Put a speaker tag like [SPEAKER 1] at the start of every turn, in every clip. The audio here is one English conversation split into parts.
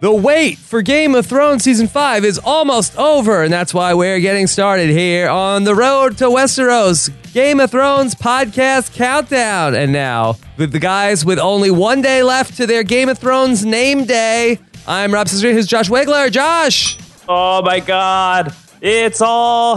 [SPEAKER 1] The wait for Game of Thrones season five is almost over, and that's why we're getting started here on the road to Westeros Game of Thrones podcast countdown. And now, with the guys with only one day left to their Game of Thrones name day, I'm Rob Cesare. Here's Josh Wiggler. Josh,
[SPEAKER 2] Oh my God. It's all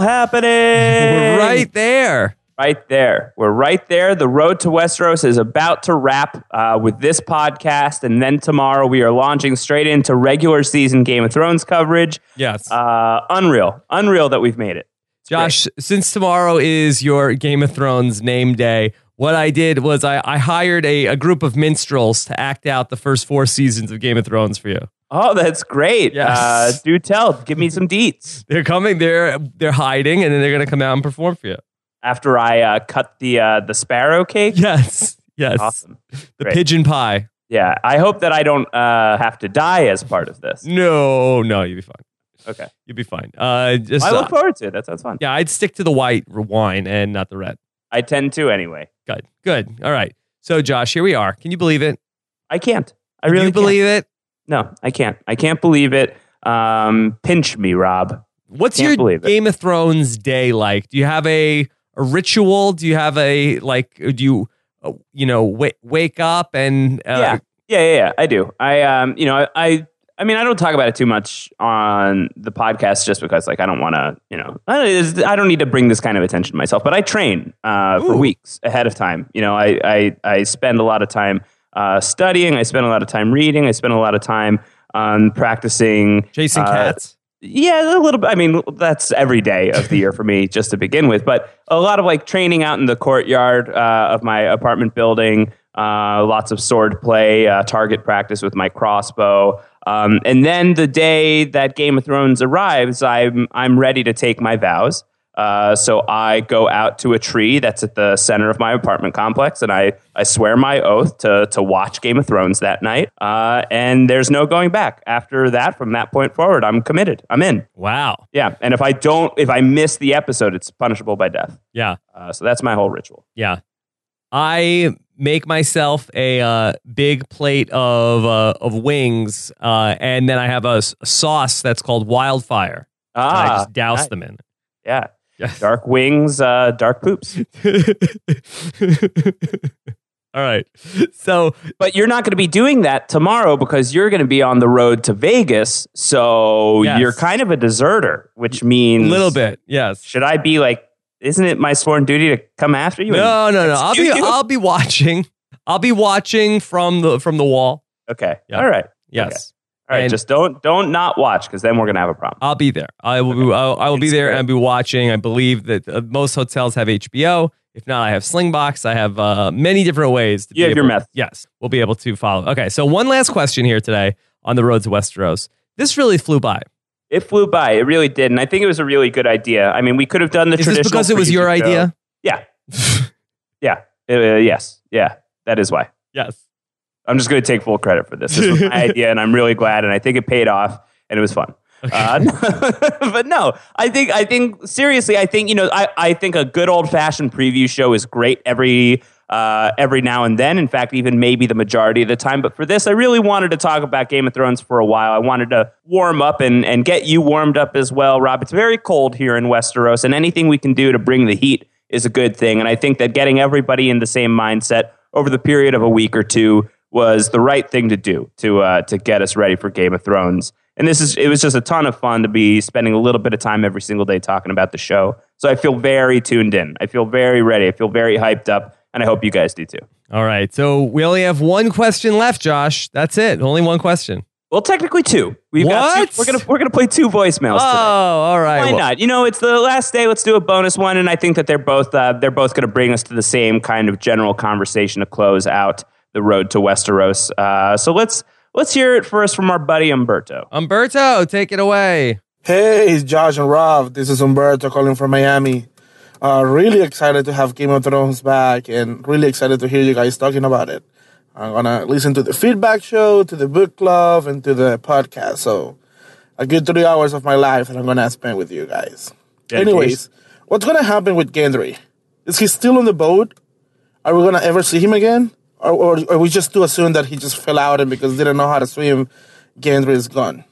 [SPEAKER 2] happening.
[SPEAKER 1] we're right there.
[SPEAKER 2] Right there. We're right there. The road to Westeros is about to wrap uh, with this podcast. And then tomorrow we are launching straight into regular season Game of Thrones coverage.
[SPEAKER 1] Yes.
[SPEAKER 2] Uh, unreal. Unreal that we've made it.
[SPEAKER 1] Josh, since tomorrow is your Game of Thrones name day, what I did was I, I hired a, a group of minstrels to act out the first four seasons of Game of Thrones for you.
[SPEAKER 2] Oh, that's great.
[SPEAKER 1] Yes.
[SPEAKER 2] Uh, do tell. Give me some deets
[SPEAKER 1] They're coming, they're they're hiding, and then they're gonna come out and perform for you.
[SPEAKER 2] after I uh, cut the, uh, the sparrow cake.
[SPEAKER 1] Yes. Yes.
[SPEAKER 2] Awesome.
[SPEAKER 1] The
[SPEAKER 2] great.
[SPEAKER 1] pigeon pie.
[SPEAKER 2] Yeah. I hope that I don't uh, have to die as part of this.
[SPEAKER 1] No, no, you'll be fine.
[SPEAKER 2] Okay.
[SPEAKER 1] You'll be fine. Uh just
[SPEAKER 2] I
[SPEAKER 1] uh,
[SPEAKER 2] look forward to it. That sounds fun.
[SPEAKER 1] yeah, I'd stick to the white wine and not the red.
[SPEAKER 2] I tend to anyway.
[SPEAKER 1] Good. Good. All right. So Josh, here we are. Can you believe it?
[SPEAKER 2] I can't. I
[SPEAKER 1] Can
[SPEAKER 2] really
[SPEAKER 1] you believe it?
[SPEAKER 2] Can't. No, I can't. I can't believe it. Um, pinch me, Rob.
[SPEAKER 1] What's
[SPEAKER 2] Can't
[SPEAKER 1] your
[SPEAKER 2] believe it.
[SPEAKER 1] Game of Thrones day like? Do you have a, a ritual? Do you have a like? Do you uh, you know wa- wake up and uh,
[SPEAKER 2] yeah. yeah, yeah, yeah. I do. I, um, you know, I, I, I mean, I don't talk about it too much on the podcast just because, like, I don't want to, you know, I don't, it's- I don't need to bring this kind of attention to myself. But I train uh, for
[SPEAKER 1] Ooh.
[SPEAKER 2] weeks ahead of time. You know, I, I, I spend a lot of time uh, studying. I spend a lot of time reading. I spend a lot of time um, practicing
[SPEAKER 1] Jason
[SPEAKER 2] Uh,
[SPEAKER 1] Katz?
[SPEAKER 2] Yeah, a little bit. I mean, that's every day of the year for me, just to begin with. But a lot of like training out in the courtyard uh, of my apartment building, uh, lots of sword play, uh, target practice with my crossbow. Um, and then the day that Game of Thrones arrives, I'm, I'm ready to take my vows. Uh, so I go out to a tree that's at the center of my apartment complex, and I, I swear my oath to, to watch Game of Thrones that night. Uh, and there's no going back. After that, from that point forward, I'm committed. I'm in.
[SPEAKER 1] Wow.
[SPEAKER 2] Yeah. And if I don't, if I miss the episode, it's punishable by death.
[SPEAKER 1] Yeah.
[SPEAKER 2] Uh, so that's my whole ritual.
[SPEAKER 1] Yeah. I make myself a uh, big plate of uh, of wings, uh, and then I have a, s- sauce that's called Wildfire. that I
[SPEAKER 2] Ah,
[SPEAKER 1] just douse
[SPEAKER 2] nice.
[SPEAKER 1] them in.
[SPEAKER 2] yeah.
[SPEAKER 1] Yes.
[SPEAKER 2] Dark wings, uh, dark poops.
[SPEAKER 1] All right. So
[SPEAKER 2] But you're not going to be doing that tomorrow because you're going to be on the road to Vegas. So
[SPEAKER 1] Yes.
[SPEAKER 2] you're kind of a deserter, which
[SPEAKER 1] a
[SPEAKER 2] means
[SPEAKER 1] little bit, yes.
[SPEAKER 2] should I be like, isn't it my sworn duty to come after you?
[SPEAKER 1] No, no, no. I'll be
[SPEAKER 2] Excuse you?
[SPEAKER 1] I'll be watching. I'll be watching from the from the wall.
[SPEAKER 2] Okay.
[SPEAKER 1] Yeah.
[SPEAKER 2] All right.
[SPEAKER 1] Yes.
[SPEAKER 2] Okay. All right.
[SPEAKER 1] And-
[SPEAKER 2] just don't don't not watch because then we're gonna have a problem.
[SPEAKER 1] I'll be there. I will. Be, I, I will be
[SPEAKER 2] It's
[SPEAKER 1] there
[SPEAKER 2] great.
[SPEAKER 1] and be watching. I believe that uh, most hotels have HBO. If not, I have Slingbox. I have uh, many different ways. To
[SPEAKER 2] You
[SPEAKER 1] be
[SPEAKER 2] have your
[SPEAKER 1] able-
[SPEAKER 2] meth.
[SPEAKER 1] Yes, we'll be able to follow. Okay, so one last question here today on the road to Westeros. This really flew by.
[SPEAKER 2] It flew by. It really did, and I think it was a really good idea. I mean, we could have done the
[SPEAKER 1] Is this
[SPEAKER 2] traditional.
[SPEAKER 1] because it was
[SPEAKER 2] preview
[SPEAKER 1] your
[SPEAKER 2] show.
[SPEAKER 1] idea?
[SPEAKER 2] Yeah. Yeah. Uh, yes. Yeah. That is why.
[SPEAKER 1] yes.
[SPEAKER 2] I'm just gonna take full credit for this. This was my idea, and I'm really glad, and I think it paid off, and it was fun. Uh, but no, I think I think seriously, I think you know, I, I think a good old fashioned preview show is great every uh, every now and then. In fact, even maybe the majority of the time. But for this, I really wanted to talk about Game of Thrones for a while. I wanted to warm up and and get you warmed up as well, Rob. It's very cold here in Westeros, and anything we can do to bring the heat is a good thing. And I think that getting everybody in the same mindset over the period of a week or two was the right thing to do to uh, to get us ready for Game of Thrones. And this is it was just a ton of fun to be spending a little bit of time every single day talking about the show. So I feel very tuned in. I feel very ready. I feel very hyped up, and I hope you guys do too.
[SPEAKER 1] All right. So we only have one question left, Josh. That's it. Only one question.
[SPEAKER 2] Well, technically two. We've got
[SPEAKER 1] What?
[SPEAKER 2] two, we're gonna we're gonna play two voicemails.
[SPEAKER 1] Oh,
[SPEAKER 2] today.
[SPEAKER 1] all right.
[SPEAKER 2] Why
[SPEAKER 1] Well,
[SPEAKER 2] not? You know, it's the last day. Let's do a bonus one, and I think that they're both uh, they're both going to bring us to the same kind of general conversation to close out the road to Westeros. Uh, so let's let's hear it first from our buddy Umberto.
[SPEAKER 1] Umberto, take it away.
[SPEAKER 3] Hey, it's Josh and Rob. This is Umberto calling from Miami. Uh, really excited to have Game of Thrones back and really excited to hear you guys talking about it. I'm going to listen to the feedback show, to the book club, and to the podcast. So, a good three hours of my life that I'm going to spend with you guys. Anyways, what's going to happen with Gendry? Is he still on the boat? Are we going to ever see him again? Or, or, or we just to assume that he just fell out and because he didn't know how to swim Gendry is gone.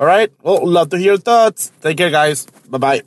[SPEAKER 3] All right. Well, love to hear your thoughts. Take care, guys. Bye bye.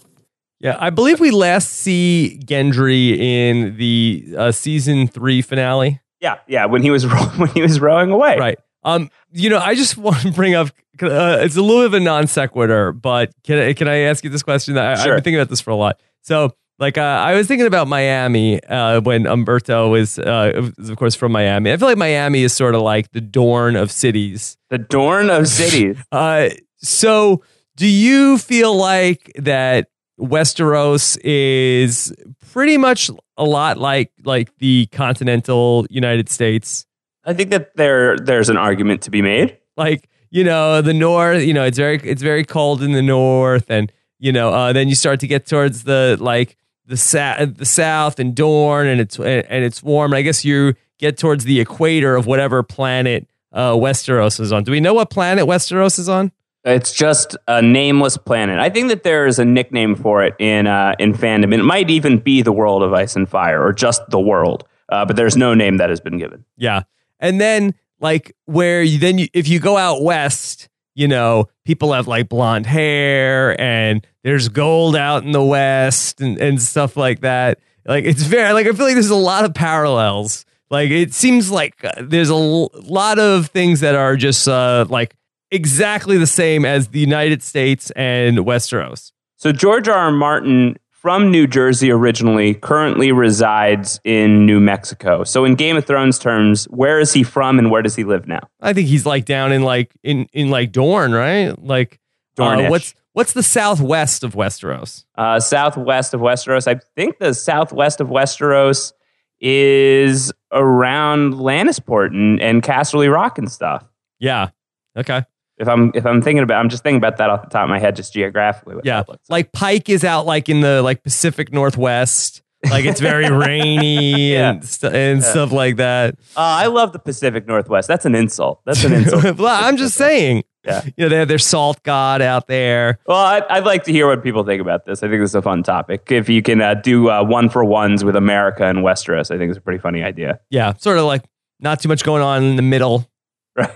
[SPEAKER 1] Yeah, I believe we last see Gendry in the uh, season three finale.
[SPEAKER 2] Yeah, yeah. When he was ro- when he was rowing away,
[SPEAKER 1] Right. Um. You know, I just want to bring up. Uh, it's a little bit of a non sequitur, but can I, can I ask you this question? I, I've
[SPEAKER 2] Sure.
[SPEAKER 1] been thinking about this for a lot. So, like, uh, I was thinking about Miami uh, when Umberto was, uh, is of course, from Miami. I feel like Miami is sort of like the Dorn of cities.
[SPEAKER 2] The Dorn of cities.
[SPEAKER 1] Uh, so do you feel like that Westeros is pretty much a lot like like the continental United States?
[SPEAKER 2] I think that there there's an argument to be made.
[SPEAKER 1] Like, you know, the north, you know, it's very it's very cold in the north and you know, uh, then you start to get towards the like the sa- the south and Dorne and it's and it's warm. I guess you get towards the equator of whatever planet uh, Westeros is on. Do we know what planet Westeros is on?
[SPEAKER 2] It's just a nameless planet. I think that there is a nickname for it in uh, in fandom. It might even be the world of ice and fire, or just the world. Uh, but there's no name that has been given.
[SPEAKER 1] Yeah. And then like where you then you, if you go out west, you know, people have like blonde hair and there's gold out in the west and, and stuff like that. Like it's very like I feel like there's a lot of parallels. Like it seems like uh, there's a l- lot of things that are just uh, like exactly the same as the United States and Westeros.
[SPEAKER 2] So George R. R. Martin from New Jersey originally currently resides in New Mexico. So in Game of Thrones terms, where is he from and where does he live now?
[SPEAKER 1] I think he's like down in like in in like Dorne, right? Like uh,
[SPEAKER 2] Dornish.
[SPEAKER 1] what's what's the southwest of Westeros?
[SPEAKER 2] Uh, southwest of Westeros. I think the southwest of Westeros is around Lannisport and, and Casterly Rock and stuff.
[SPEAKER 1] Yeah. Okay.
[SPEAKER 2] If I'm if I'm thinking about, I'm just thinking about that off the top of my head, just geographically. what
[SPEAKER 1] Yeah.
[SPEAKER 2] that looks
[SPEAKER 1] Like Pike is out like in the like Pacific Northwest. Like it's very rainy
[SPEAKER 2] Yeah.
[SPEAKER 1] and stu- and stuff like that.
[SPEAKER 2] Uh, I love the Pacific Northwest. That's an insult. That's an insult.
[SPEAKER 1] Well, I'm just saying.
[SPEAKER 2] Yeah.
[SPEAKER 1] You know, they have their salt god out there.
[SPEAKER 2] Well, I'd, I'd like to hear what people think about this. I think this is a fun topic. If you can uh, do uh, one for ones with America and Westeros, I think it's a pretty funny idea.
[SPEAKER 1] Yeah. Sort of like not too much going on in the middle.
[SPEAKER 2] Right?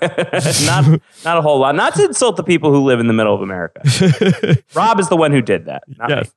[SPEAKER 2] not not a whole lot. Not to insult the people who live in the middle of America. Rob is the one who did that. Not me.
[SPEAKER 1] yes.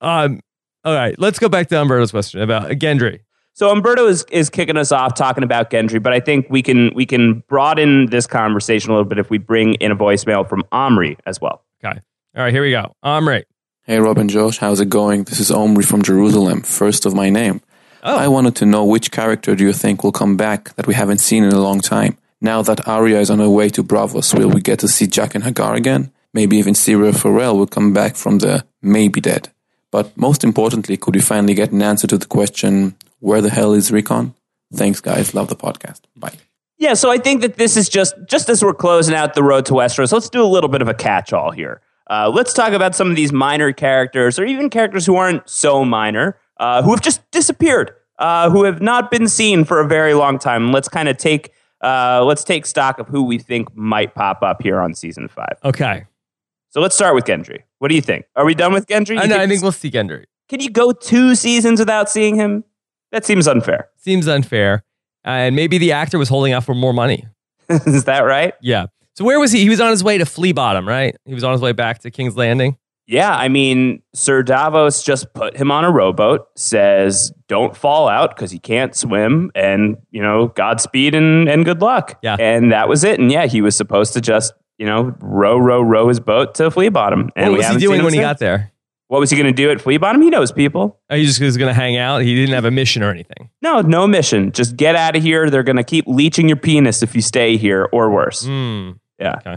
[SPEAKER 1] Um all right, let's go back to Umberto's question about uh, Gendry.
[SPEAKER 2] So Umberto is, is kicking us off talking about Gendry, but I think we can we can broaden this conversation a little bit if we bring in a voicemail from Omri as well.
[SPEAKER 1] Okay. All right, here we go. Omri.
[SPEAKER 4] Hey Rob and Josh, how's it going? This is Omri from Jerusalem, first of my name.
[SPEAKER 1] Oh.
[SPEAKER 4] I wanted to know which character do you think will come back that we haven't seen in a long time? Now that Arya is on her way to Bravos, will we get to see Jack and Hagar again? Maybe even Syria Farrell will come back from the maybe dead. But most importantly, could we finally get an answer to the question, where the hell is Recon? Thanks guys, love the podcast. Bye.
[SPEAKER 2] Yeah, so I think that this is just just as we're closing out the road to Westeros. Let's do a little bit of a catch-all here. Uh, let's talk about some of these minor characters, or even characters who aren't so minor, uh, who have just disappeared, uh, who have not been seen for a very long time. Let's kind of take uh, let's take stock of who we think might pop up here on season five.
[SPEAKER 1] Okay.
[SPEAKER 2] So let's start with Gendry. What do you think? Are we done with Gendry? You
[SPEAKER 1] I know, I think we'll see Gendry.
[SPEAKER 2] can you go two seasons without seeing him? That seems unfair.
[SPEAKER 1] Seems unfair. and maybe the actor was holding out for more money.
[SPEAKER 2] is that right?
[SPEAKER 1] Yeah. So where was he? He was on his way to Flea Bottom, right? He was on his way back to King's Landing.
[SPEAKER 2] Yeah, I mean, Sir Davos just put him on a rowboat, says, don't fall out because you can't swim, and, you know, Godspeed and, and good luck.
[SPEAKER 1] Yeah.
[SPEAKER 2] And that was it. And yeah, he was supposed to just, you know, row, row, row his boat to Flea Bottom. And
[SPEAKER 1] what
[SPEAKER 2] we
[SPEAKER 1] was he
[SPEAKER 2] haven't seen
[SPEAKER 1] doing
[SPEAKER 2] him
[SPEAKER 1] when he
[SPEAKER 2] since.
[SPEAKER 1] got there?
[SPEAKER 2] What was he going to do at Flea Bottom? He knows people.
[SPEAKER 1] Oh, he just was going to hang out. He didn't have a mission or anything.
[SPEAKER 2] No, no mission. Just get out of here. They're going to keep leeching your penis if you stay here or worse.
[SPEAKER 1] Hmm.
[SPEAKER 2] Yeah.
[SPEAKER 1] Okay.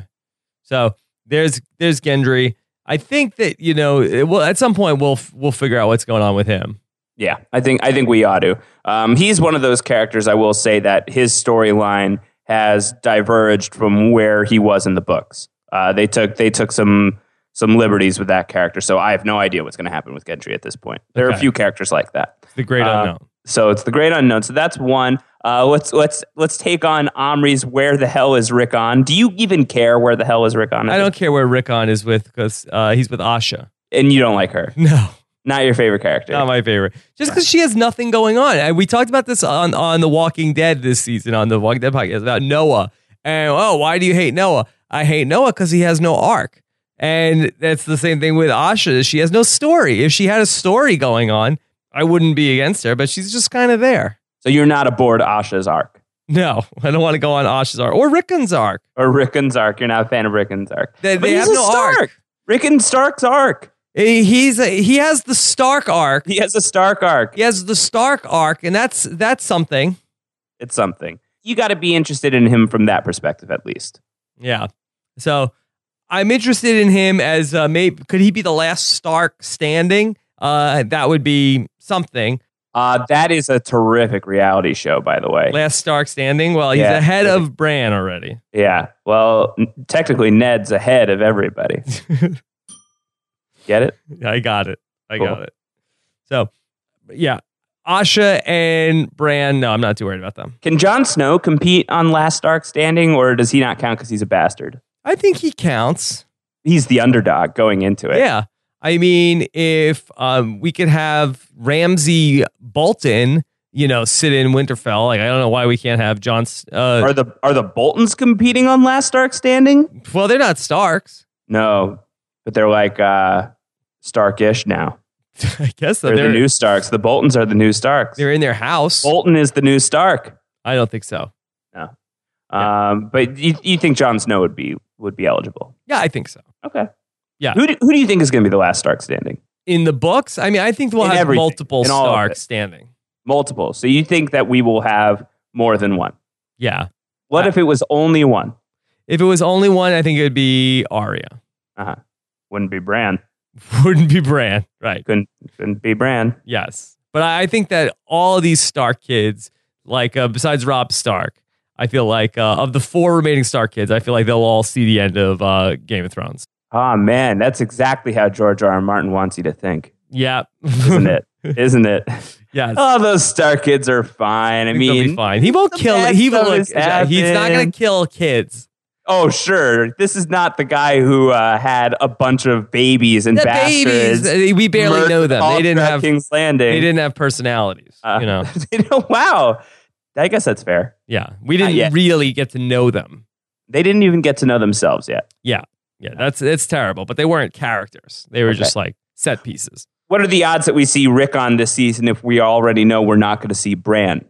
[SPEAKER 1] So there's there's Gendry. I think that you know, it, well, at some point we'll f- we'll figure out what's going on with him.
[SPEAKER 2] Yeah, I think I think we ought to. Um, he's one of those characters. I will say that his storyline has diverged from where he was in the books. Uh, they took they took some some liberties with that character, so I have no idea what's going to happen with Gendry at this point. There are
[SPEAKER 1] Okay.
[SPEAKER 2] a few characters like that,
[SPEAKER 1] The great
[SPEAKER 2] Uh,
[SPEAKER 1] unknown.
[SPEAKER 2] so it's the great unknown. So that's one. Uh, let's let's let's take on Omri's. Where the hell is Rickon? Do you even care where the hell is Rickon?
[SPEAKER 1] I don't care where Rickon is with because uh, he's with Asha.
[SPEAKER 2] And you don't like her?
[SPEAKER 1] No,
[SPEAKER 2] Not your favorite character?
[SPEAKER 1] not my favorite. Just because she has nothing going on. And we talked about this on on The Walking Dead this season on the Walking Dead podcast about Noah. And oh, why do you hate Noah? I hate Noah because he has no arc. And that's the same thing with Asha. She has no story. If she had a story going on, I wouldn't be against her, but she's just kind of there.
[SPEAKER 2] So you're not aboard Asha's arc
[SPEAKER 1] No, I don't want to go on Asha's arc or Rickon's arc.
[SPEAKER 2] or Rickon's arc. You're not a fan of Rickon's arc.
[SPEAKER 1] They-
[SPEAKER 2] but
[SPEAKER 1] they
[SPEAKER 2] he's
[SPEAKER 1] have
[SPEAKER 2] a
[SPEAKER 1] no arc.
[SPEAKER 2] Stark. Rickon Stark's arc.
[SPEAKER 1] Eh, He's a, he has the Stark arc.
[SPEAKER 2] He has a Stark arc.
[SPEAKER 1] He has the Stark arc, and that's that's something.
[SPEAKER 2] It's something. You got to be interested in him from that perspective, at least.
[SPEAKER 1] Yeah. So I'm interested in him as uh, maybe could he be the last Stark standing? Uh, that would be something.
[SPEAKER 2] Uh, that is a terrific reality show, by the way.
[SPEAKER 1] Last Stark standing. Well, he's
[SPEAKER 2] Yeah.
[SPEAKER 1] ahead of Bran already.
[SPEAKER 2] Yeah. Well, n- technically, Ned's ahead of everybody. Get it?
[SPEAKER 1] I got it. I got
[SPEAKER 2] Cool.
[SPEAKER 1] it. So yeah, Asha and Bran. No, I'm not too worried about them.
[SPEAKER 2] Can Jon Snow compete on Last Stark Standing, or does he not count because he's a bastard?
[SPEAKER 1] I think he counts.
[SPEAKER 2] He's the underdog going into it.
[SPEAKER 1] Yeah. I mean, if um, we could have Ramsey Bolton, you know, sit in Winterfell, like I don't know why we can't have John. Uh,
[SPEAKER 2] Are the are the Boltons competing on Last Stark Standing?
[SPEAKER 1] Well, they're not Starks.
[SPEAKER 2] No, but they're like uh, Starkish now.
[SPEAKER 1] I guess so.
[SPEAKER 2] They're,
[SPEAKER 1] They're,
[SPEAKER 2] the new Starks. The Boltons are the new Starks.
[SPEAKER 1] they're in their house.
[SPEAKER 2] Bolton is the new Stark.
[SPEAKER 1] I don't think so.
[SPEAKER 2] Um, but you, you think Jon Snow would be would be eligible?
[SPEAKER 1] Yeah, I think so.
[SPEAKER 2] Okay.
[SPEAKER 1] Yeah.
[SPEAKER 2] Who do, who do you think is going to be the last Stark standing?
[SPEAKER 1] In the books, I mean, I think we'll
[SPEAKER 2] In
[SPEAKER 1] have
[SPEAKER 2] everything.
[SPEAKER 1] multiple
[SPEAKER 2] In all of
[SPEAKER 1] Starks
[SPEAKER 2] it.
[SPEAKER 1] standing.
[SPEAKER 2] Multiple. So you think that we will have more than one?
[SPEAKER 1] Yeah.
[SPEAKER 2] What if it was only one?
[SPEAKER 1] If it was only one, I think it would be Arya.
[SPEAKER 2] Wouldn't be Bran.
[SPEAKER 1] Wouldn't be Bran. Right.
[SPEAKER 2] Couldn't couldn't be Bran.
[SPEAKER 1] Yes. But I I think that all these Stark kids, like uh, besides Rob Stark, I feel like uh, of the four remaining Stark kids, I feel like they'll all see the end of uh, Game of Thrones.
[SPEAKER 2] Ah man, that's exactly how George R. R. Martin wants you to think,
[SPEAKER 1] Yeah.
[SPEAKER 2] isn't it? isn't it?
[SPEAKER 1] yes.
[SPEAKER 2] Oh, those Stark kids are fine. I
[SPEAKER 1] think they'll be
[SPEAKER 2] mean,
[SPEAKER 1] fine. He won't
[SPEAKER 2] the
[SPEAKER 1] kill.
[SPEAKER 2] bad
[SPEAKER 1] He will.
[SPEAKER 2] stuff
[SPEAKER 1] Look,
[SPEAKER 2] has
[SPEAKER 1] he's not going
[SPEAKER 2] happened.
[SPEAKER 1] to kill kids.
[SPEAKER 2] oh sure, this is not the guy who uh, had a bunch of babies and
[SPEAKER 1] the
[SPEAKER 2] bastards.
[SPEAKER 1] babies uh, we barely
[SPEAKER 2] murdered
[SPEAKER 1] know them
[SPEAKER 2] all
[SPEAKER 1] they didn't
[SPEAKER 2] throughout
[SPEAKER 1] have
[SPEAKER 2] King's Landing.
[SPEAKER 1] they didn't have personalities
[SPEAKER 2] Uh,
[SPEAKER 1] you know
[SPEAKER 2] they don't- wow, I guess that's fair.
[SPEAKER 1] yeah we
[SPEAKER 2] Not
[SPEAKER 1] didn't
[SPEAKER 2] yet.
[SPEAKER 1] really get to know them
[SPEAKER 2] They didn't even get to know themselves yet.
[SPEAKER 1] yeah that's it's terrible but they weren't characters they were just like set pieces
[SPEAKER 2] What are the odds that we see Rick on this season if we already know we're not going to see Bran?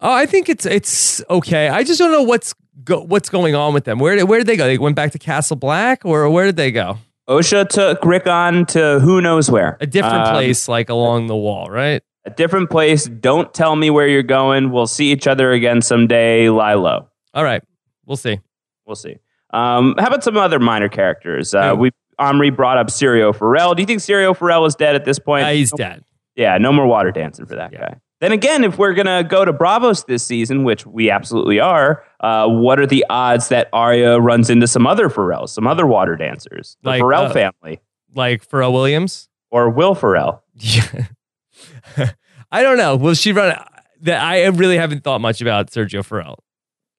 [SPEAKER 1] oh i think it's it's okay i just don't know what's go, what's going on with them where did, where did they go they went back to castle black or where did they go
[SPEAKER 2] OSHA took Rick on to who knows where.
[SPEAKER 1] a different
[SPEAKER 2] Um,
[SPEAKER 1] place like along the wall right
[SPEAKER 2] A different place. Don't tell me where you're going. We'll see each other again someday. Lie low.
[SPEAKER 1] all right we'll see
[SPEAKER 2] We'll see. Um, how about some other minor characters? Uh,
[SPEAKER 1] Who?
[SPEAKER 2] we Omri brought up Sirio Farrell. Do you think Sirio Farrell is dead at this point?
[SPEAKER 1] Uh, he's dead
[SPEAKER 2] Yeah, no more water dancing for that
[SPEAKER 1] Yeah.
[SPEAKER 2] guy. Then again, if we're gonna go to Bravos this season, which we absolutely are, uh, what are the odds that Arya runs into some other Pharrells, some other water dancers, the
[SPEAKER 1] Like,
[SPEAKER 2] Pharrell
[SPEAKER 1] uh,
[SPEAKER 2] family,
[SPEAKER 1] like pharrell williams
[SPEAKER 2] or Will Pharrell?
[SPEAKER 1] Yeah. I don't know. Will she run? That I really haven't thought much about Sergio Farrell.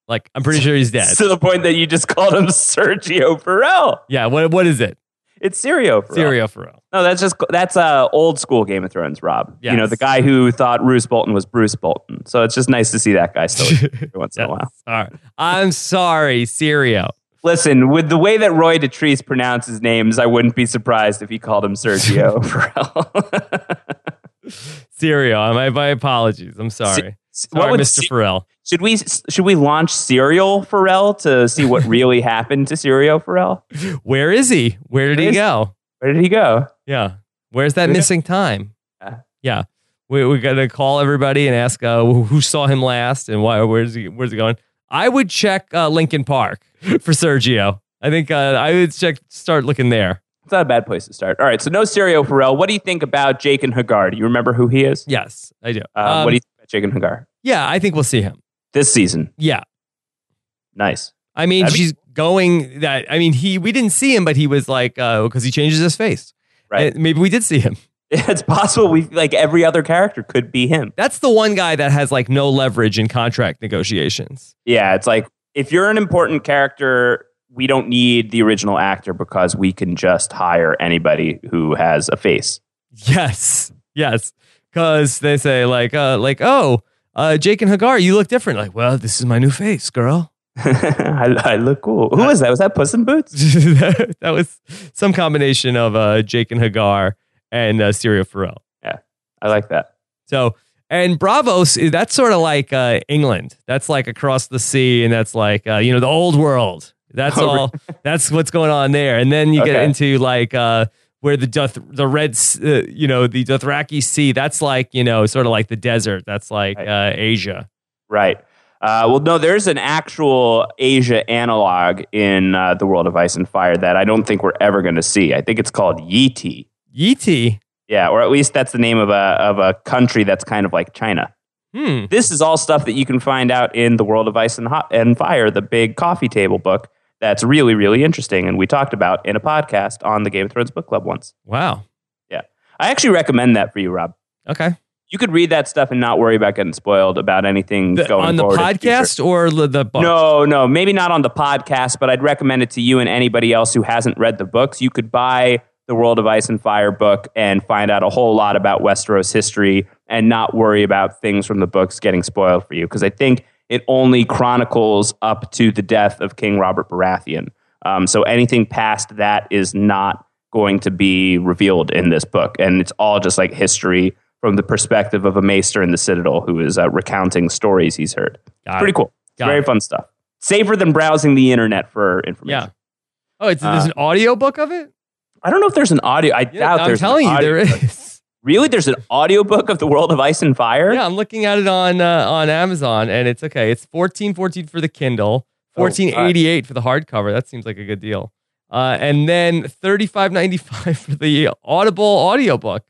[SPEAKER 1] Like I'm pretty sure he's dead.
[SPEAKER 2] To the point that you just called him Sergio Pharrell.
[SPEAKER 1] yeah. What what is it?
[SPEAKER 2] It's Sirio Pharrell.
[SPEAKER 1] Sergio Farrell.
[SPEAKER 2] No, that's just that's uh, old school Game of Thrones, Rob. You know
[SPEAKER 1] Yes.
[SPEAKER 2] the guy who thought Roose Bolton was Bruce Bolton. So it's just nice to see that guy still every once in a
[SPEAKER 1] Yes.
[SPEAKER 2] while.
[SPEAKER 1] All right. I'm sorry, Sergio.
[SPEAKER 2] Listen, with the way that Roy Detrice pronounces names, I wouldn't be surprised if he called him Sergio Pharrell.
[SPEAKER 1] Sergio. My my apologies. I'm sorry.
[SPEAKER 2] what
[SPEAKER 1] sorry,
[SPEAKER 2] would
[SPEAKER 1] Mr.
[SPEAKER 2] Se-
[SPEAKER 1] Farrell.
[SPEAKER 2] should we should we launch Serial Pharrell to see what really happened to Serial Pharrell?
[SPEAKER 1] Where is he? Where did
[SPEAKER 2] Where
[SPEAKER 1] he
[SPEAKER 2] is-
[SPEAKER 1] go?
[SPEAKER 2] Where did he go?
[SPEAKER 1] Yeah. Where's that
[SPEAKER 2] Yeah.
[SPEAKER 1] missing time?
[SPEAKER 2] Yeah.
[SPEAKER 1] Yeah. We we gotta call everybody and ask uh, who saw him last and why. Where's he? Where's he going? I would check uh, Lincoln Park for Sergio. I think uh, I would check. Start looking there.
[SPEAKER 2] It's not a bad place to start. All right, so no Serial Pharrell. What do you think about Jake and Hagar? Do you remember who he is?
[SPEAKER 1] Yes, I do.
[SPEAKER 2] Uh,
[SPEAKER 1] Um,
[SPEAKER 2] what do you think about Jake and Hagar
[SPEAKER 1] yeah, I think we'll see him.
[SPEAKER 2] this season?
[SPEAKER 1] Yeah,
[SPEAKER 2] Nice.
[SPEAKER 1] I mean
[SPEAKER 2] That'd be-
[SPEAKER 1] she's going. That I mean he. We didn't see him, but he was like because he changes his face.
[SPEAKER 2] Right.
[SPEAKER 1] Uh, maybe we did see him.
[SPEAKER 2] It's possible we like every other character could be him.
[SPEAKER 1] That's the one guy that has like no leverage in contract negotiations.
[SPEAKER 2] Yeah, it's like if you're an important character, we don't need the original actor because we can just hire anybody who has a face.
[SPEAKER 1] Yes, yes, because they say like, uh, like, oh, uh, Jake and Hagar, you look different. Like, well, this is my new face, girl.
[SPEAKER 2] I, I look cool. Who was that? Was that Puss in Boots?
[SPEAKER 1] that was some combination of uh, Jake and Hagar and uh, Stereo Pharrell.
[SPEAKER 2] I like that.
[SPEAKER 1] So, and Bravos, eh, that's sort of like uh, England. That's like across the sea, and that's like uh, you know the old world. That's
[SPEAKER 2] Oh,
[SPEAKER 1] all. That's what's going on there. And then you get
[SPEAKER 2] Okay.
[SPEAKER 1] into like uh, where the Doth, the red, S- uh, you know, the Dothraki Sea. That's like you know, sort of like the desert. That's like uh, Asia.
[SPEAKER 2] Right. Uh, well, no, there's an actual Asia analog in uh, the world of Ice and Fire that I don't think we're ever going to see. I think it's called Yiti.
[SPEAKER 1] Yeti.
[SPEAKER 2] Yeah, or at least that's the name of a of a country that's kind of like China.
[SPEAKER 1] Hmm.
[SPEAKER 2] This is all stuff that you can find out in the world of Ice and, Hot and Fire, the big coffee table book. That's really really interesting, and we talked about in a podcast on the Game of Thrones book club once.
[SPEAKER 1] Wow.
[SPEAKER 2] I actually recommend that for you, Rob.
[SPEAKER 1] Okay.
[SPEAKER 2] You could read that stuff and not worry about getting spoiled about anything
[SPEAKER 1] The-
[SPEAKER 2] going
[SPEAKER 1] on the
[SPEAKER 2] forward in future.
[SPEAKER 1] podcast or the, the book?
[SPEAKER 2] No, no, maybe not on the podcast, but I'd recommend it to you and anybody else who hasn't read the books. You could buy the World of Ice and Fire book and find out a whole lot about Westeros history and not worry about things from the books getting spoiled for you. Because I think it only chronicles up to the death of King Robert Baratheon. Um, so anything past that is not going to be revealed in this book. And it's all just like history from the perspective of a maester in the Citadel who is uh, recounting stories he's heard.
[SPEAKER 1] Got
[SPEAKER 2] Pretty
[SPEAKER 1] it.
[SPEAKER 2] cool.
[SPEAKER 1] Got
[SPEAKER 2] Very
[SPEAKER 1] it.
[SPEAKER 2] fun stuff. Safer than browsing the internet for information.
[SPEAKER 1] Yeah. Oh, it's, there's
[SPEAKER 2] Uh,
[SPEAKER 1] an audio book of it.
[SPEAKER 2] I don't know if there's an audio. I
[SPEAKER 1] Yeah,
[SPEAKER 2] doubt
[SPEAKER 1] I'm
[SPEAKER 2] there's
[SPEAKER 1] telling
[SPEAKER 2] an
[SPEAKER 1] you,
[SPEAKER 2] audio.
[SPEAKER 1] there is.
[SPEAKER 2] Really? There's an audiobook of The World of Ice and Fire?
[SPEAKER 1] Yeah, I'm looking at it on uh, on Amazon, and it's okay. It's 14.14 for the Kindle,
[SPEAKER 2] Oh, God.
[SPEAKER 1] 14.88 for the hardcover. That seems like a good deal. Uh, and then 35.95 for the Audible audiobook.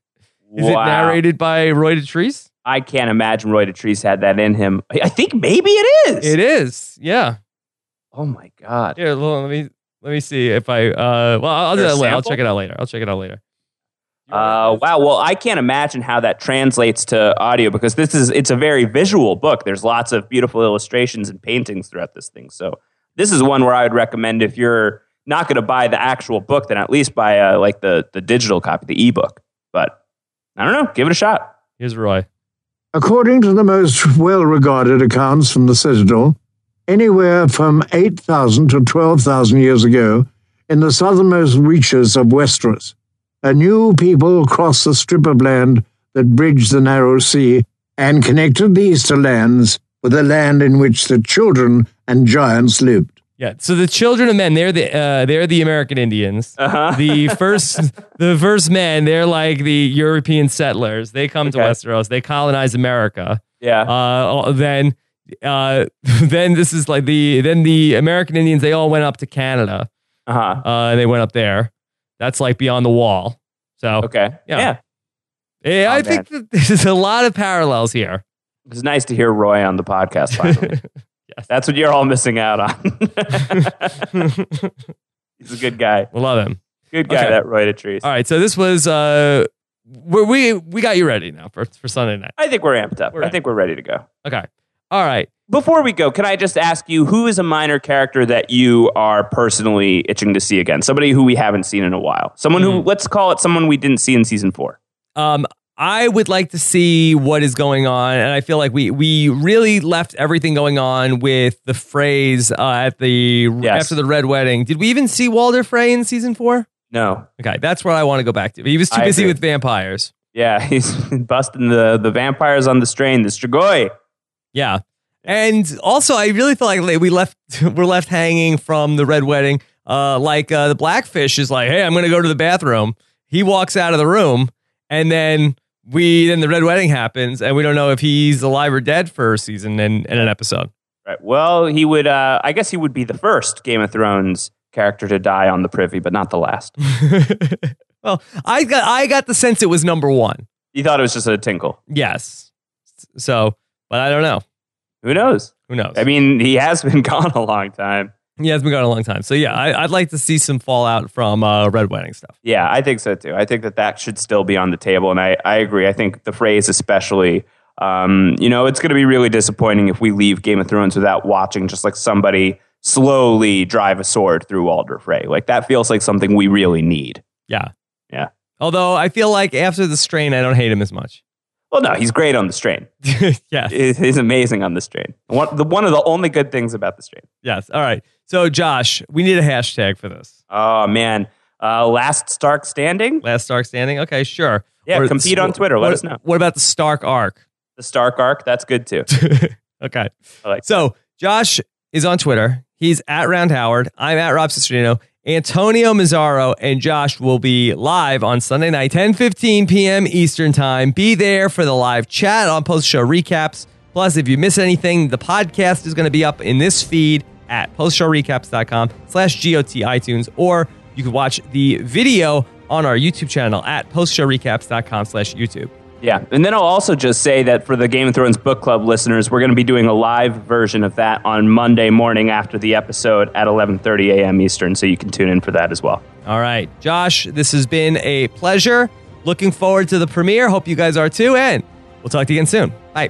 [SPEAKER 1] Is
[SPEAKER 2] Wow.
[SPEAKER 1] it narrated by Roy DeTreese?
[SPEAKER 2] I can't imagine Roy Detrice had that in him. I I think maybe it is.
[SPEAKER 1] It is. Yeah.
[SPEAKER 2] Oh my God.
[SPEAKER 1] Here, hold on, let me let me see if I. Uh, well, I'll do
[SPEAKER 2] There a
[SPEAKER 1] that later. I'll
[SPEAKER 2] sample?
[SPEAKER 1] check it out later. I'll check it out later.
[SPEAKER 2] Uh, wow. Well, I can't imagine how that translates to audio because this is, it's a very visual book. There's lots of beautiful illustrations and paintings throughout this thing. So this is one where I would recommend if you're not going to buy the actual book, then at least buy uh, like the, the digital copy, the ebook. But I don't know. Give it a shot.
[SPEAKER 1] Here's Roy.
[SPEAKER 5] According to the most well regarded accounts from the Citadel, anywhere from 8,000 to 12,000 years ago, in the southernmost reaches of Westeros, a new people crossed the strip of land that bridged the narrow sea and connected the Easter lands with the land in which the children and giants lived.
[SPEAKER 1] Yeah. So the children of men, they're the uh, they're the American Indians.
[SPEAKER 2] Uh-huh.
[SPEAKER 1] the first the first men they're like the european settlers they come to
[SPEAKER 2] Okay.
[SPEAKER 1] westeros they colonize america
[SPEAKER 2] yeah.
[SPEAKER 1] uh, then uh, then this is like the then the american indians they all went up to canada
[SPEAKER 2] Uh-huh.
[SPEAKER 1] uh, and they went up there that's like beyond the wall so
[SPEAKER 2] Okay.
[SPEAKER 1] Yeah.
[SPEAKER 2] Yeah.
[SPEAKER 1] eh, i
[SPEAKER 2] Oh,
[SPEAKER 1] think that there's a lot of parallels here
[SPEAKER 2] It's nice to hear Roy on the podcast finally. That's what you're all missing out on. He's a good guy.
[SPEAKER 1] we love him
[SPEAKER 2] Good guy,
[SPEAKER 1] Okay.
[SPEAKER 2] that Roy Detrice.
[SPEAKER 1] all right so this was uh, we we we got you ready now for, for sunday night
[SPEAKER 2] I think we're amped up.
[SPEAKER 1] We're
[SPEAKER 2] I think we're ready to go.
[SPEAKER 1] okay all right
[SPEAKER 2] Before we go, can I just ask you who is a minor character that you are personally itching to see again? Somebody who we haven't seen in a while. Someone who, let's call it someone we didn't see in season four.
[SPEAKER 1] Um, I would like to see what is going on, and I feel like we we really left everything going on with the phrase uh, at the
[SPEAKER 2] Yes.
[SPEAKER 1] after the red wedding. Did we even see Walder Frey in season four?
[SPEAKER 2] No.
[SPEAKER 1] Okay, that's what I want to go back to. He was too
[SPEAKER 2] I
[SPEAKER 1] busy
[SPEAKER 2] agree.
[SPEAKER 1] with vampires.
[SPEAKER 2] Yeah, he's busting the, the vampires on the strain, the Strigoi.
[SPEAKER 1] Yeah. And also, I really feel like we left we're left hanging from the red wedding. Uh, like uh, the blackfish is like, hey, I'm gonna go to the bathroom. He walks out of the room, and then we then the red wedding happens, and we don't know if he's alive or dead for a season and, and an episode.
[SPEAKER 2] Right. Well, he would. Uh, I guess he would be the first Game of Thrones character to die on the privy, but not the last.
[SPEAKER 1] well, I got I got the sense it was number one.
[SPEAKER 2] He thought it was just a tinkle.
[SPEAKER 1] Yes. So, but I don't know.
[SPEAKER 2] Who knows?
[SPEAKER 1] Who knows?
[SPEAKER 2] I mean, he has been gone a long time.
[SPEAKER 1] yeah, it's been going a long time. So yeah, I, I'd like to see some fallout from uh, red wedding stuff.
[SPEAKER 2] Yeah, I think so too. I think that that should still be on the table, and I, I agree. I think the phrase, especially, um, you know, it's going to be really disappointing if we leave Game of Thrones without watching just like somebody slowly drive a sword through Alder Frey. Like that feels like something we really need.
[SPEAKER 1] Yeah.
[SPEAKER 2] Yeah.
[SPEAKER 1] Although I feel like after the strain, I don't hate him as much.
[SPEAKER 2] Well, no, he's great on the strain.
[SPEAKER 1] yes.
[SPEAKER 2] He- He's amazing on the strain. One, the, one of the only good things about the strain.
[SPEAKER 1] Yes. All right. So, Josh, we need a hashtag for this.
[SPEAKER 2] Oh man, uh, last Stark standing.
[SPEAKER 1] Last Stark standing. Okay, sure.
[SPEAKER 2] Yeah, compete on Twitter. Let
[SPEAKER 1] what-
[SPEAKER 2] us know.
[SPEAKER 1] What about the Stark arc?
[SPEAKER 2] The Stark arc. That's good too.
[SPEAKER 1] Okay.
[SPEAKER 2] I like
[SPEAKER 1] so, Josh is on Twitter. He's at Round Howard. I'm at Rob Cicerino. Antonio Mazzaro and Josh will be live on Sunday night, 10 15 p.m. Eastern Time. Be there for the live chat on post show recaps. Plus, if you miss anything, the podcast is going to be up in this feed at postshowrecaps.com slash GOT iTunes, or you can watch the video on our YouTube channel at postshowrecaps.com slash YouTube.
[SPEAKER 2] Yeah. And then I'll also just say that for the Game of Thrones book club listeners, we're going to be doing a live version of that on Monday morning after the episode at 11:30 a.m. Eastern, so you can tune in for that as well.
[SPEAKER 1] All right, Josh, this has been a pleasure. Looking forward to the premiere. Hope you guys are too. And we'll talk to you again soon. Bye.